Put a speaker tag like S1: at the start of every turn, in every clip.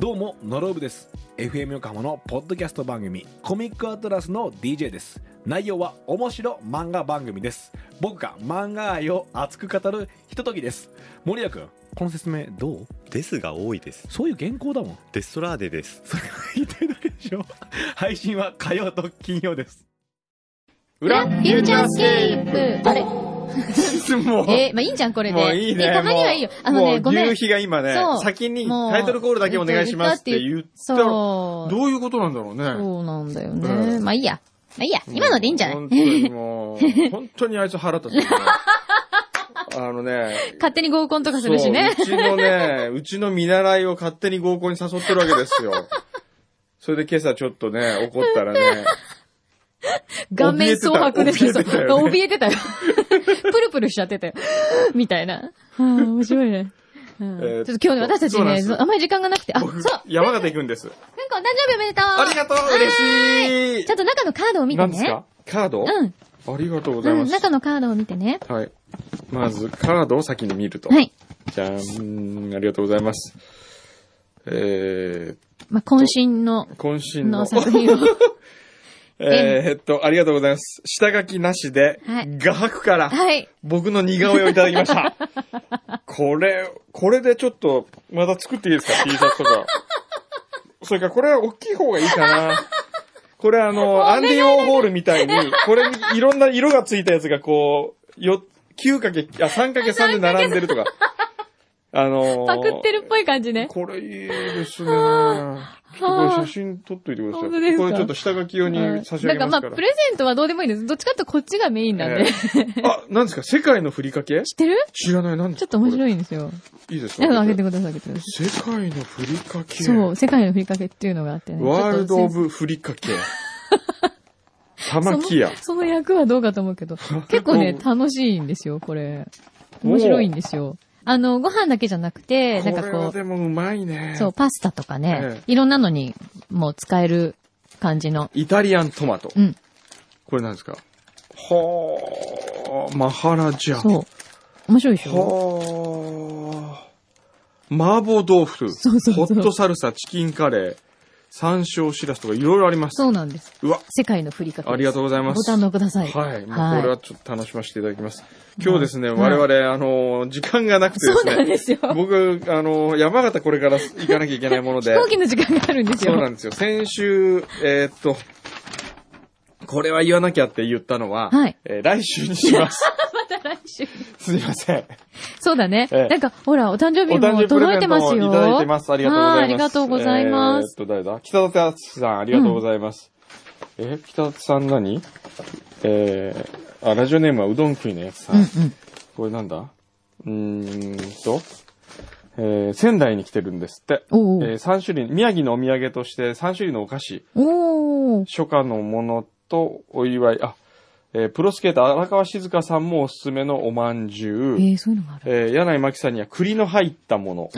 S1: どうもノロブです FM 横浜のポッドキャスト番組コミックアトラスの DJ です内容は面白漫画番組です僕が漫画愛を熱く語るひとときです森谷君この説明どう
S2: ですが多いです。
S1: そういう原稿だもん
S2: デストラーデです。
S1: それが言ってるだけでしょ配信は火曜と金曜です
S3: 裏フューチャースケープ
S4: あれ
S3: もう、
S4: えーまあいいじゃん、これで。
S3: もういいね。
S4: たまにはいいよ
S3: も。う
S4: あの
S3: も
S4: ね、
S3: う
S4: ごめ
S3: 夕
S4: ん。
S3: 日が今ね
S4: そ、う
S3: 先に
S4: もう
S3: タイトルコールだけお願いしますって言ったら、ど
S4: そう。
S3: ういうことなんだろうね。
S4: そうなんだよ
S3: う
S4: ね。
S3: ん
S4: まあいいや。まあいいや。今のでいいんじゃない
S3: 本当にも う、本当にあいつ腹立つよね。あのね、
S4: 勝手に合コンとかす
S3: そう、
S4: る
S3: う
S4: しね。
S3: ちのね、うちの見習いを勝手に合コンに誘ってるわけですよ。それで今朝ちょっとね、怒ったらね、
S4: 顔面蒼白ですよ。
S3: 怯
S4: そ
S3: え
S4: う
S3: てたよね
S4: 怯えてたよ。プルプルしちゃってたよ。みたいな。うん面白いね。うん
S3: えーっと
S4: ちょっと今日ね、私たち
S3: そうなんで
S4: ね、
S3: すよ
S4: そあんまり時間がなくて。あ、そう。ふ
S3: 僕
S4: んこ、
S3: 山形行くんです。
S4: お誕生日おめでとう
S3: ありがとう嬉しい
S4: ちょっと中のカードを見て
S3: 何です
S4: ね。
S3: かカード
S4: うん。
S3: ありがとうござい
S4: うん、
S3: ます。
S4: 中のカードを見てね。
S3: はい。まず、カードを先に見ると。
S4: はい。
S3: じゃーん、ありがとうございます。え
S4: まあ、渾身の、
S3: ー、渾身の
S4: の。作品を。
S3: えーっと、ありがとうございます。下書きなしで、
S4: はい
S3: 画伯から、
S4: はい。
S3: 僕の似顔絵をいただきました。これ、これでちょっと、また作っていいですか ?T シャツとか。それから、これは大きい方がいいかな。これあの、アンディ・ウォーホールみたいに、これにいろんな色がついたやつがこう、よ、9かけ、あ、3かけ3で並んでるとか。あのー
S4: パクってるっぽい感じね。
S3: これいいですね。ちょっとこれ写真撮っといてください。
S4: 本当ですか
S3: これちょっと下書き用に差し上
S4: な
S3: げ
S4: んか
S3: ます
S4: ま
S3: か
S4: あ、
S3: ら。
S4: プレゼントはどうでもいいんです。どっちかっていうとこっちがメインなん
S3: え
S4: で。
S3: ーあ、何ですか世界のふりかけ
S4: 知ってる
S3: 知らない、何です
S4: ち
S3: か
S4: ょっと面白
S3: い。
S4: いんですよ。
S3: いいです
S4: なん
S3: か
S4: か開けてください、開けてくださ
S3: 世界のふりか
S4: い。
S3: け。
S4: そう、世界のふりかけっていうのがあってね。
S3: ワールド・オ
S4: ちょっ
S3: ブ・ふりかけ。
S4: と
S3: 玉
S4: 先生
S3: 木屋。
S4: そのその役はどうかと思 うけど、結構ね、楽しいんですよ、これ。面白いんですよ。あの、ご飯だけじゃなくて、なんか
S3: これは
S4: こ
S3: でもうまいね
S4: う、。そう、パスタとか
S3: え
S4: ね、いろんなのにもう使える感じの。
S3: イタリアントマト。
S4: うん。
S3: これ何ですかはー、マハラジャ。は
S4: そう。面白いでしょ
S3: ー、麻婆豆腐。
S4: そうそうそう
S3: ホットサルサ、チキンカレー、山椒しらすとかいろいろあります。
S4: そうなんです。
S3: うわ、
S4: 世界のふりかけです。
S3: ありがとうございます
S4: ご堪能ください。
S3: はい。もう
S4: はい
S3: これはちょっと楽しませていただきます。今日ですね、
S4: はい
S3: 我々、あの、時間がなくてですね。
S4: そうなんですよ
S3: 僕、あの、山形これから行かなきゃいけないもので
S4: 飛。行機の時間があるんですよ。
S3: そうなんですよ。先週、えーっと、これは言わなきゃって言ったのは、
S4: はい
S3: えー来週にし ます。
S4: また来週。
S3: すいません。
S4: そうだね。
S3: ええ
S4: なんか、ほら、お誕生
S3: お
S4: 日
S3: 誕生日
S4: も
S3: プレ
S4: 届
S3: ゼ
S4: い
S3: ン
S4: て
S3: ト
S4: ます
S3: も
S4: よ。
S3: いただいてます。ありがとうございます。
S4: はいありがとうございます。
S3: えーっと、誰だ北舘敦さん、ありがとうございます。え、北舘さん何えー、あ、ラジオネームはうどん食いのやつさん。
S4: うんうん。
S3: これなんだうーんと、えー仙台に来てるんですって。
S4: お
S3: え
S4: ー
S3: 3種類、宮城のお土産として3種類のお菓子、
S4: おー
S3: 初夏のものとお祝い、あ、えープロスケーター荒川静香さんもおすすめのおまんじゅ
S4: え
S3: う、
S4: ー、そういうのがある。
S3: えー柳井真紀さんには栗の入ったもの、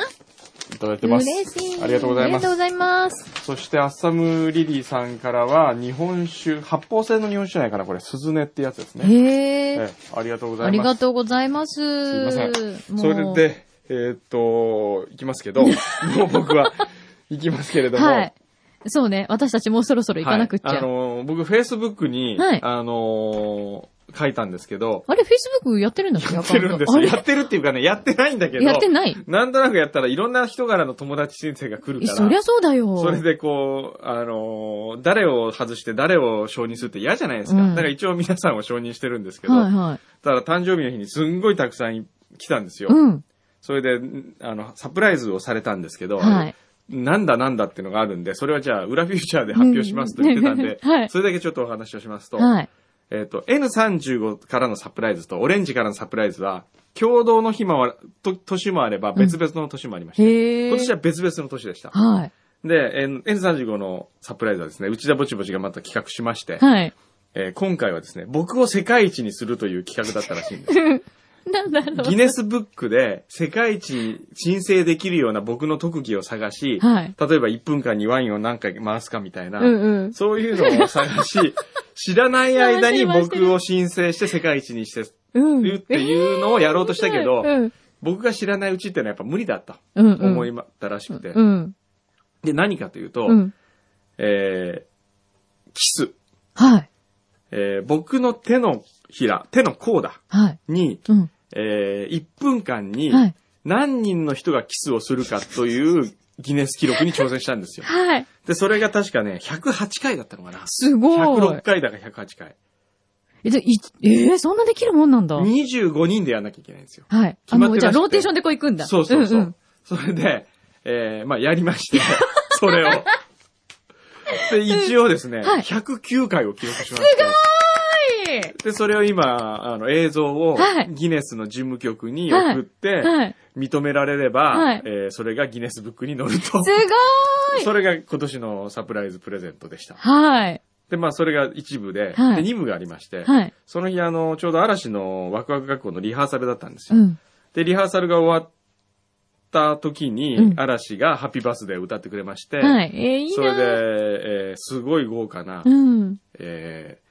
S3: いただいてます。
S4: 嬉しい。
S3: ありがとうござい
S4: あり
S3: ま
S4: がとうご
S3: す。
S4: ざいます。
S3: そして、アッサムリリーさんからは、日本酒、発泡性の日本酒じゃないかな、これ、鈴音ってやつですね。
S4: へえ
S3: えーありがとうござい
S4: あ
S3: ます。
S4: りがとうございます。
S3: すいません。
S4: も
S3: そうれ。で、えーっと、行きますけ ど、もう僕は行きますけれども、
S4: はい。そうね。私たちもうそろそろ行かなくっちゃ。
S3: はいあのー、僕、Facebook に、
S4: はい
S3: あのー書いたんですけど、
S4: あれ、Facebook やってるんだっけ
S3: やってるんです
S4: アカ
S3: よ。
S4: ウント
S3: やってるっていうかね、やってないんだけ
S4: あ
S3: ど、
S4: れやってない
S3: なんとなくやったらいろんな人からの友達申請が来る
S4: え
S3: から、
S4: そりゃそうだよ。
S3: それでこう、あのー誰を外して誰を承認するって嫌じゃないですか。
S4: うん
S3: だから一応皆さんを承認してるんですけど、
S4: はいはい。
S3: ただ誕生日の日にすんごいたくさん来たんですよ。
S4: うん。
S3: それで、んあの、サプライズをされたんですけど、
S4: はい。
S3: なんだなんだっていうのがあるんで、それはじゃあ、裏フューチャーで発表しますと言ってたんで、
S4: うん はい
S3: それだけちょっとお話をしますと、
S4: はい。
S3: えっ、と、N35 からのサプライズとオレンジからのサプライズは、共同の日もあと年もあれば別々の年もありました。
S4: へえ。
S3: 今年は別々の年でした。
S4: はい。
S3: で、N- N35 のサプライズはですね、内田ぼちぼちがまた企画しまして、
S4: はい。
S3: えー今回はですね、僕を世界一にするという企画だったらしいんです
S4: なんだろう。
S3: ギネスブックで世界一に申請できるような僕の特技を探し、
S4: はい
S3: 例えば1分間にワインを何回回すかみたいな、
S4: うんうん。
S3: そういうのを探 し、知らない間に僕を申請して世界一にして
S4: うん。
S3: るっていうのをやろうとしたけど、
S4: うん。
S3: 僕が知らないうちってのはやっぱ無理だと
S4: うん。
S3: 思いま
S4: ま
S3: ったらしくて、
S4: うん。
S3: で、何かというと、
S4: うん。
S3: えー、キス。
S4: はい。
S3: えー僕の手のひら、手の甲だ、
S4: はい。
S3: に、
S4: うん。
S3: え1分間に
S4: はい。
S3: 何人の人がキスをするかというギネス記録に挑戦したん ですよ。
S4: はい。
S3: で、それが確かね、108回だったのかな。
S4: すごい
S3: 106。回だか108回。
S4: え、じゃあいえーそんなできるもんなんだ。
S3: 25人でやんなきゃいけないんですよ。
S4: はい。
S3: 決
S4: あ
S3: まってらしくて
S4: の、じゃあ、ローテーションでこう行くんだ。
S3: そうそうそう。
S4: んん
S3: それで、えーまあ、やりま して、それを。で、一応ですね、
S4: はい
S3: 109回を記録しました。で、それを今、あの、映像を
S4: はい、
S3: ギネスの事務局に送って、
S4: はい。はい。
S3: 認められれば、
S4: はい
S3: えーそれがギネスブックに載ると。
S4: すごい
S3: それが今年のサプライズプレゼントでした。
S4: はい。
S3: で、まあ、それが一部で、
S4: はい
S3: で二部がありまして、
S4: はい。
S3: その日、あの、ちょうど嵐のワクワク学校のリハーサルだったんです
S4: う
S3: よ。
S4: ん。
S3: で、リハーサルが終わった時に、
S4: うん
S3: 嵐がハッピーバースデーを歌ってくれまして、
S4: はい。えーいいな
S3: それで、えーすごい豪華な、
S4: うん。
S3: えー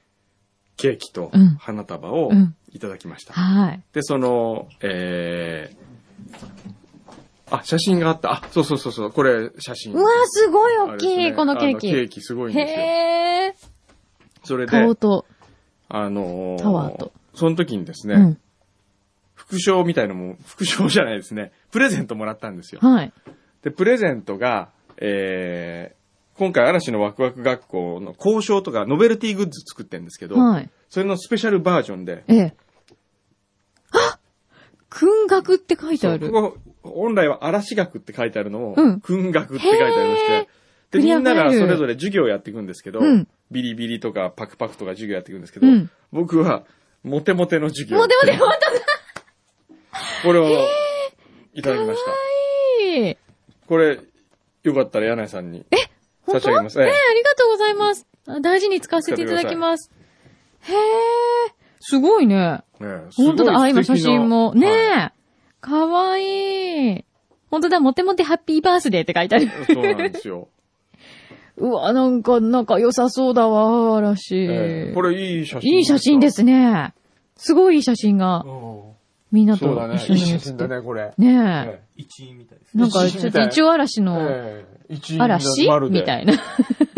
S3: ケーキと
S4: うん
S3: 花束を
S4: うん
S3: いただきました。
S4: はい。
S3: で、その、えー、あ、写真があった。あ、そうそうそうそう、これ写真。
S4: うわー、すごい
S3: あ
S4: 大
S3: れ
S4: き
S3: です
S4: い、
S3: ね
S4: このケ
S3: あ
S4: ーキ。
S3: ケーキすごいんですよ。
S4: へー。
S3: それで、
S4: 顔と
S3: あのー
S4: タワーと
S3: その時にですね、
S4: うん。
S3: 副賞みたいのも、副賞じゃないですね、プレゼントもらったんですよ。
S4: はい。
S3: で、プレゼントが、えー、今回嵐のワクワク学校の交渉とかノベルティグッズ作ってるんですけど、
S4: はい。
S3: それのスペシャルバージョンで、
S4: ええ。あ訓学って書いてある。
S3: そうここ本来は嵐学って書いてあるのを、
S4: うん
S3: 訓学って書いてありまし
S4: へ
S3: て、で、
S4: ク
S3: み
S4: リア
S3: んな
S4: ファ
S3: が
S4: イル
S3: それぞれ授業をやっていくんですけど、
S4: うん
S3: ビリビリとかパクパクとか授業やっていくんですけど、
S4: うん。
S3: 僕はモテモテの授業。
S4: もうでもでも、
S3: これをいただきました。
S4: いい。
S3: これ、よかったら柳井さんに
S4: 本
S3: 差し
S4: 当
S3: 上げ
S4: ね
S3: ます。ええ
S4: ありがとうございます。あ大事に使わせていただきます。へえ、すごいね。
S3: ねえすごい
S4: 本当だ、あ、今
S3: 素
S4: 写
S3: 敵な
S4: 真も。ね
S3: はい
S4: え。かわいい。本当だ、モテモテハッピーバースデーって書いてある。
S3: そうなんですよ。
S4: うわ、なんか、なんか良さそうだわ、嵐。
S3: ええこれいい写真。。
S4: いい写真ですすね。すごいいい写真が、みんなと
S3: そうだね。
S4: 一
S3: いい
S4: 緒に
S3: 写
S4: 写っ
S3: 真
S4: て
S3: だ。ね、これ。
S4: ねえ。
S1: 一員みたいです
S4: なんか、ちょっと一応嵐の
S3: ええ一員
S4: 嵐みた
S3: い
S4: いな。
S3: な。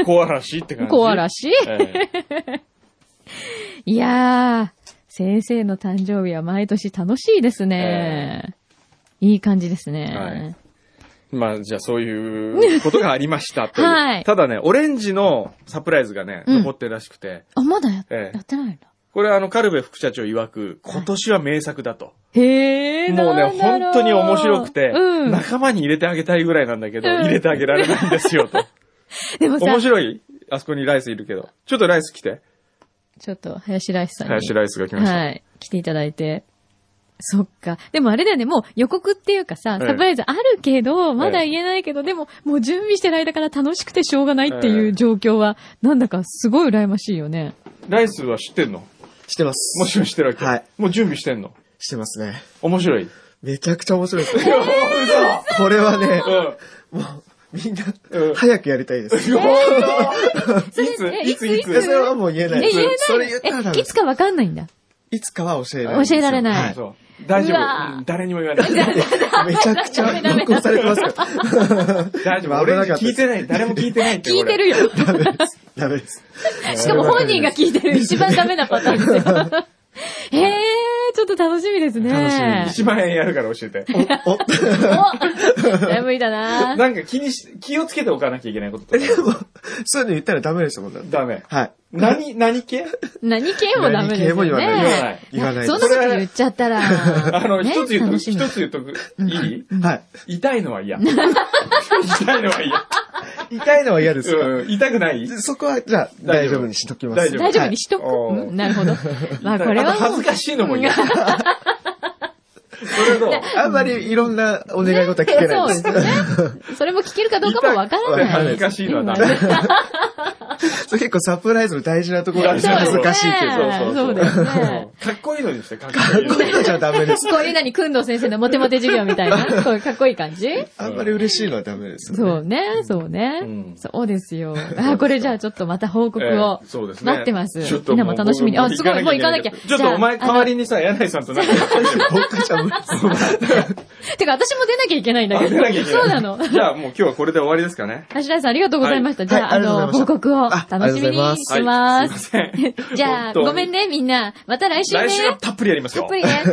S3: 小嵐って感じ。
S4: 小。嵐
S3: ええ
S4: いやー、先生の誕生日は毎年楽しいですね。いい感じですね。
S3: まあ、じゃあそういうことがありましたという。
S4: はい
S3: ただね、オレンジのサプライズがね、
S4: うん
S3: 残ってるらしくて、
S4: あ、まだや,、
S3: ええ
S4: やってないんだ。
S3: これはあの、カルベ副社長曰く、今年は名作だと。
S4: へー、
S3: もうね、
S4: なんだろ
S3: 本当に面白くて、
S4: うん。
S3: 仲間に入れてあげたいぐらいなんだけど、
S4: うん
S3: 入れてあげられないんです よ、と。
S4: でもさ
S3: 面、白いあそこにライスいるけど。ちょっとライス来て。
S4: ちょっと、林ライスさんに。
S3: 林ライスが来ました。
S4: はい。来ていただいて。そっか。でもあれだよね、もう予告っていうかさ、
S3: ええ
S4: サプライズあるけど、まだ言えないけど、でも、もう準備してる間から楽しくてしょうがないってい
S3: ええ
S4: う状況は、なんだかすごい羨ましいよね。
S3: ライスは知ってんの
S5: してます。
S3: もちろん知ってるわけ。
S5: はい
S3: もう準備してんの
S5: してますね。
S3: 面白い。
S5: めちゃくちゃ面白いです
S3: え
S5: ね。これはね、
S3: ー、
S5: もう、みんな
S3: うん、
S5: 早くやりたいです。
S4: それ
S3: い
S4: え
S3: ついつい
S5: それ
S3: つ
S5: はもう言えない
S4: え、
S5: です。
S4: 言えない
S5: それ言ったらダメ
S4: え、い
S5: で
S4: つ
S5: す。
S4: かわかんないんだ。
S5: いつかは教えられない。
S4: 教えられない
S5: は
S3: そう。大丈
S4: うわ
S3: 夫。うん誰にも言わ ない。
S5: めちゃくちゃ録音されてますから。
S3: 大丈夫。
S5: 危
S3: 俺
S5: なかった
S3: 聞いてない。誰も聞いてないって。
S4: 聞いて
S3: る。
S4: るよ。
S5: ダメです。ダメです。
S4: しかも本人が聞いてる一番ダメなパターンですよ。へえ、ちょっと楽しみですね。
S5: 楽し
S3: 1
S5: み
S3: 万円やるから教えて。
S5: お、
S4: おだいぶ無理だな。
S3: なんか気にし、気をつけておかなきゃいけないこととか。
S5: そういうの言ったらダメですもんだって
S3: ダメ。
S5: はい。
S3: 何、何系
S4: 何系もダメですよね。
S5: 何系も言わ
S3: 言
S5: な
S3: わない。
S5: 言わない
S4: そ
S5: で
S4: んなこ
S5: す。
S4: と言っちゃったら。
S3: あの、
S4: ね
S3: 一つ言うとく、
S4: 楽しみ
S3: 一つ言うとく、い
S5: はい。
S3: い痛いのは嫌。痛いのは
S5: 痛いのは嫌です
S3: 嫌。
S5: か
S3: うん、痛くない
S5: そこは、じゃあ、大丈夫にしときます。
S3: 大丈夫
S4: 大丈夫にしとく、
S3: はい
S4: うんなるほど。まあこれは
S3: あと恥
S4: もう
S3: ず。かしいのも嫌。それどう
S5: あんまりいろんなお願い事は聞けない
S4: そう
S5: で
S4: ですす。よね。それも聞けるかどうかもわから
S5: わか
S4: な。
S5: らない
S3: 恥ず
S5: い
S3: かしいのはダメ。
S5: それ結構サプライズの大事なところが
S3: 大事な
S5: 恥
S3: ところ
S5: ずかしいけど。
S3: そうそう
S4: そ
S3: そうう
S4: だよね。
S3: かっこいいのにして、かっ
S5: か
S3: こい いの
S5: っこいいのじゃダメです。
S4: こういう何、くんどう先生のモテモテ授業みたいな、そういうかっこいい感じ
S5: あんまり嬉しいのはダメです、ね。
S4: そうね、そうね。
S3: うん
S4: そうですよ。あ、これじゃあちょっとまた報告を
S3: ええそうですね。
S4: 待ってます。
S3: ちょっと
S4: みんな
S3: も
S4: も
S3: う
S4: 楽しみに。あ、
S3: 僕
S4: すごい、もう行かなきゃ。
S3: けどちょっとお前
S4: じゃ
S3: 代
S4: あ
S3: わりにさ、柳井さんとなんかやってみる
S5: 僕じゃ無理
S4: あのてか、私も出なきゃいけないんだけど。
S3: 出なきゃいけない
S4: そうなの。
S3: じゃあもう今日はこれで終わりですかね。
S4: あしらいさん、ありがとうございました。じゃあ、
S5: はい
S4: あ
S5: あ
S4: の、報
S5: りがとうご
S4: 告を楽しみに
S5: あありがとうございます
S4: します。
S3: はいすいません。
S4: じゃあ、
S3: 本当に
S4: ごめんね、みんな。また来週ね。
S3: 来週はたっぷりやりますよ。
S4: たっぷりね。